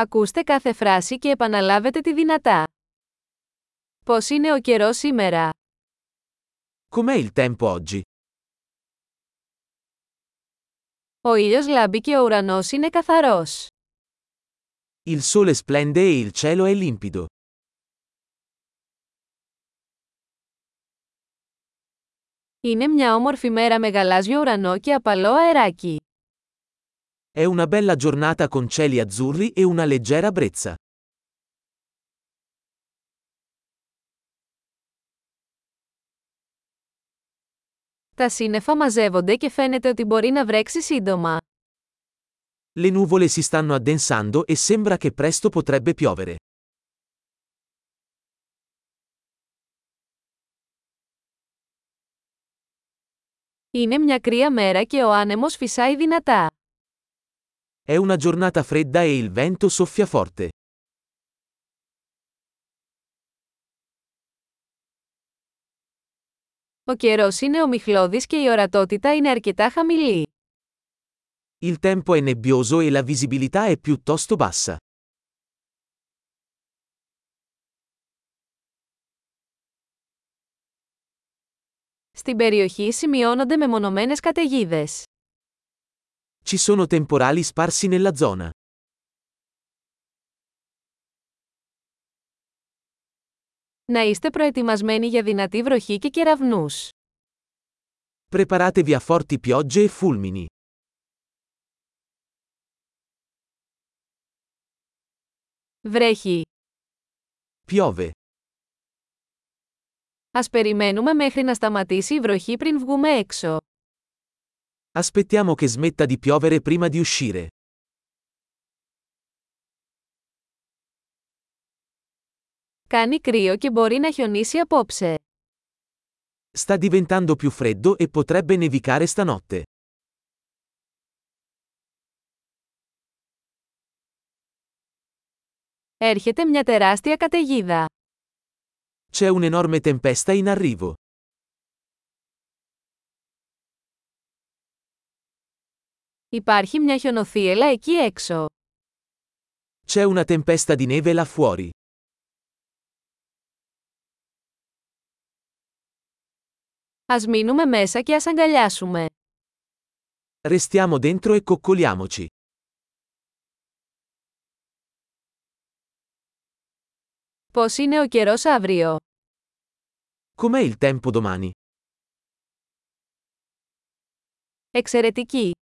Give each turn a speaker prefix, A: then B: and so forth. A: Ακούστε κάθε φράση και επαναλάβετε τη δυνατά. Πώς είναι ο καιρός σήμερα?
B: Com'è il tempo oggi?
A: Ο ήλιος λάμπει και ο ουρανός είναι καθαρός.
B: Il sole splende e il cielo è limpido.
A: Είναι μια όμορφη μέρα με γαλάζιο ουρανό και απαλό αεράκι.
B: È una bella giornata con cieli azzurri e una leggera brezza.
A: Τα σύννεφα μαζεύονται και φαίνεται ότι μπορεί να βρέξει σύντομα.
B: Le nuvole si stanno addensando e sembra che presto potrebbe piovere.
A: Είναι μια κρύα μέρα και ο άνεμος φυσάει δυνατά.
B: È una giornata fredda e il vento soffia forte.
A: Ο καιρός είναι ομιχλώδης και η ορατότητα είναι αρκετά χαμηλή.
B: Il tempo è nebbioso e la visibilità è piuttosto bassa.
A: Στην περιοχή σημειώνονται μεμονωμένες καταιγίδες.
B: Ci sono temporali sparsi nella zona.
A: Να είστε προετοιμασμένοι για δυνατή βροχή και κεραυνούς.
B: Preparatevi a forti piogge e fulmini.
A: Βρέχει.
B: Piove.
A: Ας περιμένουμε μέχρι να σταματήσει η βροχή πριν βγούμε έξω.
B: Aspettiamo che smetta di piovere prima di uscire.
A: Κάνει κρύο και μπορεί να χιονίσει απόψε.
B: Sta diventando più freddo e potrebbe nevicare stanotte.
A: Έρχεται μια τεράστια καταιγίδα.
B: C'è un'enorme tempesta in arrivo.
A: Υπάρχει μια χιονοθύελα εκεί έξω.
B: C'è una tempesta di neve là fuori.
A: Ας μείνουμε μέσα και ας αγκαλιάσουμε.
B: Restiamo dentro e coccoliamoci.
A: Πώς είναι ο καιρός αύριο?
B: Com'è il tempo domani?
A: Εξαιρετική!